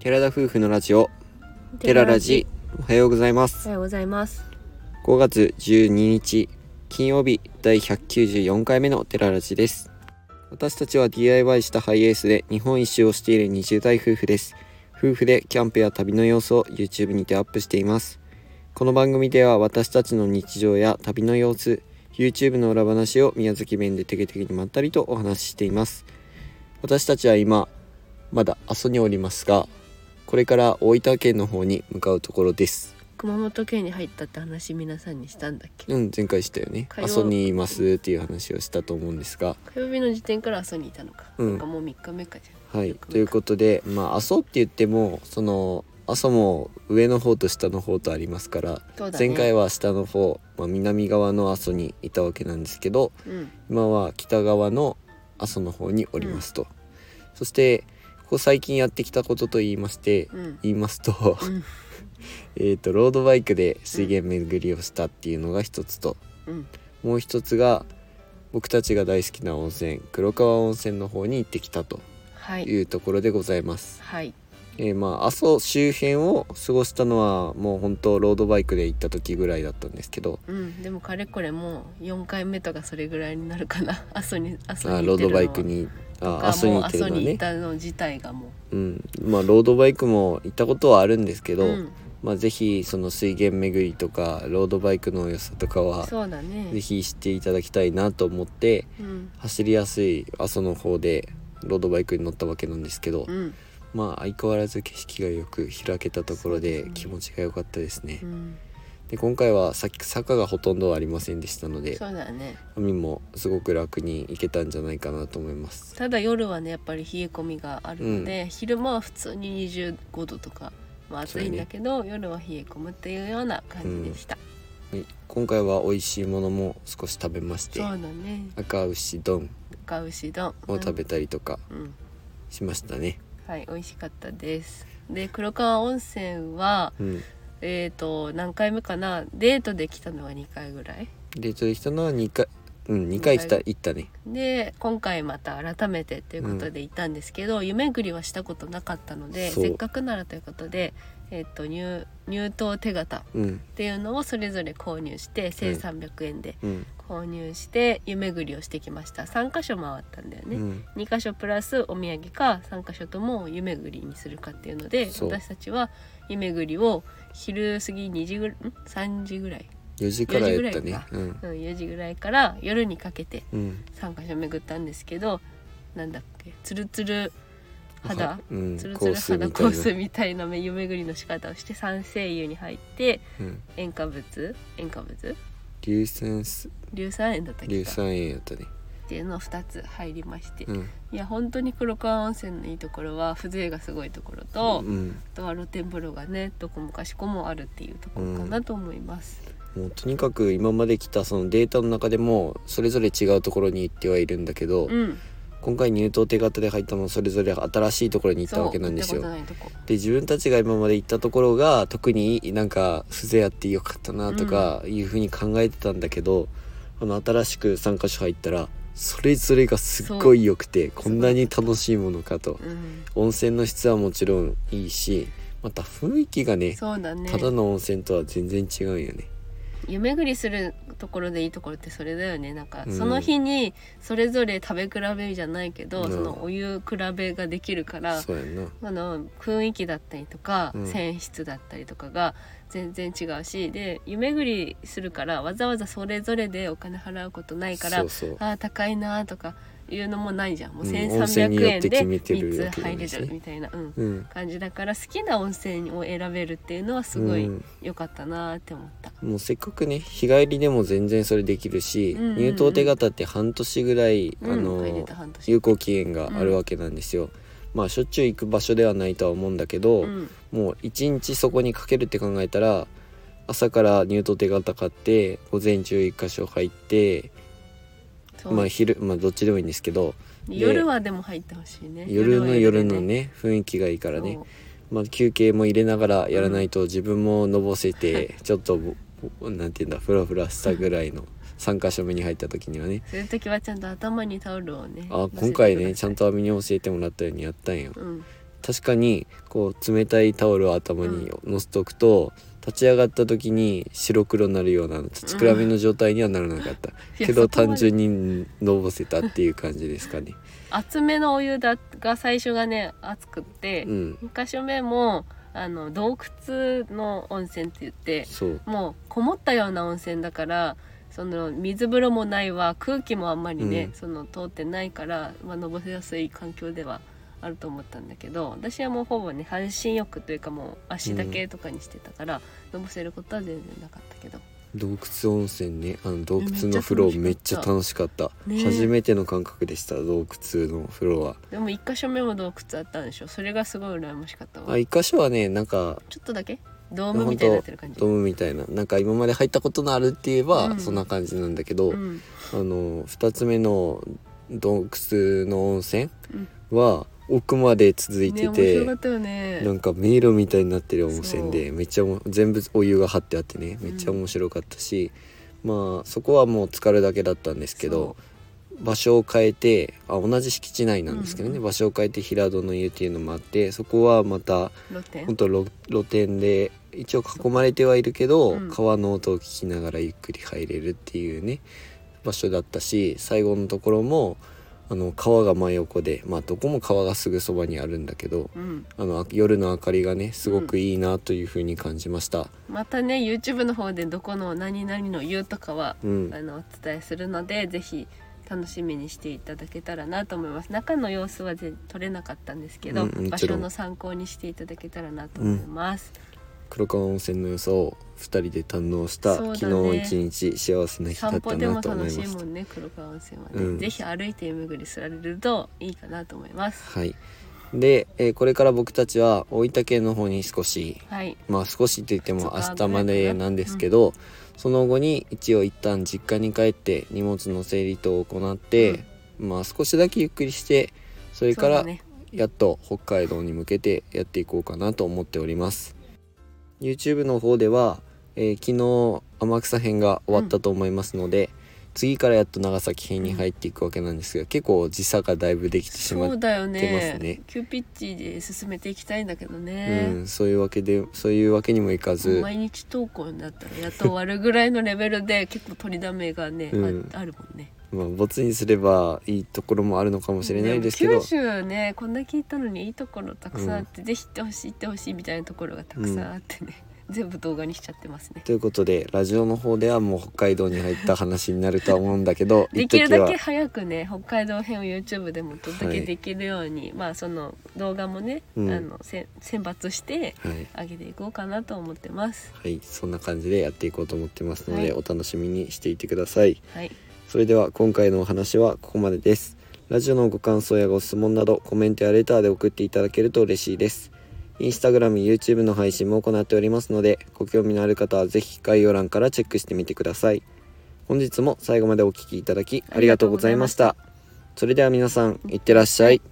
寺田夫婦のラジオ寺ラジおはようございまおすはようございます5月12日金曜日第194回目の寺ラジです私たちは DIY したハイエースで日本一周をしている20代夫婦です夫婦でキャンプや旅の様子を YouTube にてアップしていますこの番組では私たちの日常や旅の様子 YouTube の裏話を宮崎弁でテケテケにまったりとお話ししています私たちは今まだ阿蘇におりますがこれから大分県の方に向かうところです熊本県に入ったって話皆さんにしたんだっけうん前回したよね火曜阿蘇にいますっていう話をしたと思うんですが火曜日の時点から阿蘇にいたのか、うんなんかもう3日目かじゃんはい三日目かということでまあ阿蘇って言ってもその阿蘇も上の方と下の方とありますから、そうだね前回は下の方、まあ、南側の阿蘇にいたわけなんですけどうん今は北側の阿蘇の方におりますと、そしてここ最近やってきたことと言いまして、うん言いますと、うん えっとロードバイクで水源巡りをしたっていうのが一つと、うんもう一つが僕たちが大好きな温泉黒川温泉の方に行ってきたとはいいうところでございます、はいえーまあ阿蘇周辺を過ごしたのはもう本当ロードバイクで行った時ぐらいだったんですけどうんでもかれこれもう4回目とかそれぐらいになるかな 阿蘇に阿蘇あにロ行ードってるのはバイクにあが阿蘇にもう行っ阿て蘇るのはに行っね、たの自体がもうん、まあロードバイクも行ったことはあるんですけう、ど、うん、まあぜひその水源巡りとかロードバイクの良さとかはそうだねぜひ知っていただきたいなと思ってうん走りやすい阿蘇の方でロードバイクに乗ったわけなんですけど、うん、まあ相変わらず景色がよく開けたところそうですでね気持ちが良かったですね。うん、で今回はさ坂がほとんどありませんでしたのでそうだね海もすごく楽に行けたんじゃないかなと思います。ただ夜はねやっぱり冷え込みがあるので、昼間は普通に25度とか、まあ、そう暑ねいんだけど、夜は冷え込むっていうような感じでした、はい今回は美味しいものも少し食べましてそうだね赤牛丼赤牛丼を食べたりとかうん、うんしましたね。はい美味しかったですで黒川温泉はうん、えっ、と何回目かなデートで来たのは2回ぐらいで出てきたのは2回うん2回来た二行ったね。で今回また改めてということで行ったんですけど、夢ぐりはしたことなかったのでそうせっかくならということで、えっと入入湯手形うんっていうのをそれぞれ購入して1,300円でうん購入して夢ぐりをしてきました3箇所回ったんだようね、ん2箇所プラスお土産か3箇所とも夢ぐりにするかっていうのでそう私たちは夢ぐりを昼過ぎ2時ぐらい3時ぐらい、 4時からやっ4た時ぐねらいか。うんうん、4時ぐらいから夜にかけてうん、 3箇所巡ったんですけどなんだっけツルツル肌はうん、ツルツル肌ココーーススみみたいな夢ぐりの仕方をして三聖湯に入ってたいな、うん、塩化物塩化物硫酸す硫酸塩だったっけ硫か酸塩やったね、っていうのを2つ入りまして、ういん、や本当に黒川温泉のいいところは風情がすごいところと、うん、あとは露天風呂がねどこもかしこもあるっていうところかなと思います、もうとにかく今まで来たそのデータの中でもそれぞれ違うところに行ってはいるんだけど、うん今回入党手形で入ったのはそれぞれ新しいところに行ったわけなんですよそう行ったことないとこで自分たちが今まで行ったところが特になんか風情あってよかったなとかいうふうに考えてたんだけど、この新しく3箇所入ったらそれぞれがすっごい良くてこんなに楽しいものかとうん温泉の質はもちろんいいしまた雰囲気がねそうだねただの温泉とは全然違うよね湯巡りするところでいいところってそれだよねなんかうんその日にそれぞれ食べ比べじゃないけど、うんそのお湯比べができるからそうやんなあの雰囲気だったりとか、うん泉質だったりとかが全然違うしで湯巡りするからわざわざそれぞれでお金払うことないからそうそうああ高いなーとかいうのもないじゃんもううん1,300温泉円でによって決めてる3わつけ入ですれちねゃうみたいな、うん、うん感じだから好きな温泉を選べるっていうのはすごういん良かったなーって思った。もうせっかくね日帰りでも全然それできるし、うんうんうん入湯手形って半年ぐらい、うんあ入れのた半年有効期限があるわけなんですよ、まあしょっちゅう行く場所ではないとは思うんだけど、うんもう一日そこにかけるって考えたら朝から入湯手形買って午前中1箇所入ってそうまあ昼まあどっちでもいいんですけど夜はでも入ってほしいね夜の夜はのでね雰囲気がいいからねそうまあ、休憩も入れながらやらないと自分ものぼせてちょっとぼぼなんていうんだフラフラしたぐらいの3箇所目に入った時にはねそういう時はちゃんと頭にタオルをねあ今回乗ねせちゃんとアミに教えてもらったようにやったんよてくださいうん確かにこう冷たいタオルを頭にのせとくと、立ち上がった時に白黒になるような土くらみの状態にはならなかった、いやけどそこまで単純にのぼせたっていう感じですかね。熱めのお湯だが最初がね熱くって、うん、 2箇所目もあの洞窟の温泉って言ってそう、もうこもったような温泉だからその水風呂もないわ空気もあんまりね、うんその通ってないから、まあ、のぼせやすい環境ではあると思ったんだけど私はもうほぼね半身浴というかもう足だけとかにしてたから、のぼせることは全然なかったけど洞窟温泉ね、あの洞窟の風呂めめっっちちゃゃ楽しかった。ねえ初めての感覚でした、洞窟の風呂は。でも1箇所目も洞窟あったんでしょそれがすごい羨ましかったわあ、一箇所はね、なんかちょっとだけドーム本みたいにな当ってる感じドームみたいななんか今まで入ったことのあるって言えば、うんそんな感じなんだけど、うんあの2つ目の洞窟の温泉は奥まで続いてね面て、白かったよねなんか迷路みたいになってる温泉でめっちゃおも全部お湯が張ってあってねめっちゃ面白かったし、まあそこはもう浸かるだけだったんですけど場所を変えてあ同じ敷地内なんですけどね、うん場所を変えて平戸の湯っていうのもあってそこはまたそう露天本当露露店で一応囲まれてはいるけど、うん川の音を聞きながらゆっくり入れるっていうね場所だったし最後のところもあの川が真横でまあどこも川がすぐそばにあるんだけどうんあのあ夜の明かりがねすごくいいなというふうに感じました。またね YouTube の方でどこの何々の湯とかはうんあのお伝えするのでぜひ楽しみにしていただけたらなと思います中の様子は全撮れなかったんですけど、うんも場ちろ所んの参考にしていただけたらなと思います、黒川温泉の良さを2人で堪能した、そうだね昨日一日幸せな日だ散った歩でもなと思楽いしまいしたも。んね黒川温泉はね、うんぜひ歩いて湯巡りすられるといいかなと思いますはい、で、えーこれから僕たちは大分県の方に少しはいまあ少しって言ってもそっか明日までなんですけど、その後に一応一旦実家に帰って荷物の整理等を行って、まあ少しだけゆっくりしてそれかそうだらねやっと北海道に向けてやっていこうかなと思っております YouTube の方では、えー昨日天草編が終わったと思いますので、次からやっと長崎編に入っていくわけなんですが、結構時差がだいぶできてしまっそうだよてまねすね急ピッチで進めていきたいんだけどうね、ん、そういうわけでそういうわけにもいかず毎日投稿になったらやっと終わるぐらいのレベルで結構取りだめがね、あうんあるもんねまあ、ボツにすればいいところもあるのかもしれないですけでども九州ねこんだけ行ったのにいいところたくさんあって、ぜひ行ってほしい行ってほしいみたいなところがたくさんあってね、全部動画にしちゃってますねということでラジオの方ではもう北海道に入った話になるとは思うんだけどできる一だ時けは早くね北海道編を YouTube でもどんだけできるように、まあその動画もね、うんあのせ選抜してはい、上げていこうかなと思ってますはい、そんな感じでやっていこうと思ってますので、はいお楽しみにしていてくださいはいそれでは今回のお話はここまでですラジオのご感想やご質問などコメントやレターで送っていただけると嬉しいですインスタグラム、YouTube の配信も行っておりますのでご興味のある方はぜひ概要欄からチェックしてみてください本日も最後までお聞きいただきありがとうございましたそれでは皆さんいってらっしゃい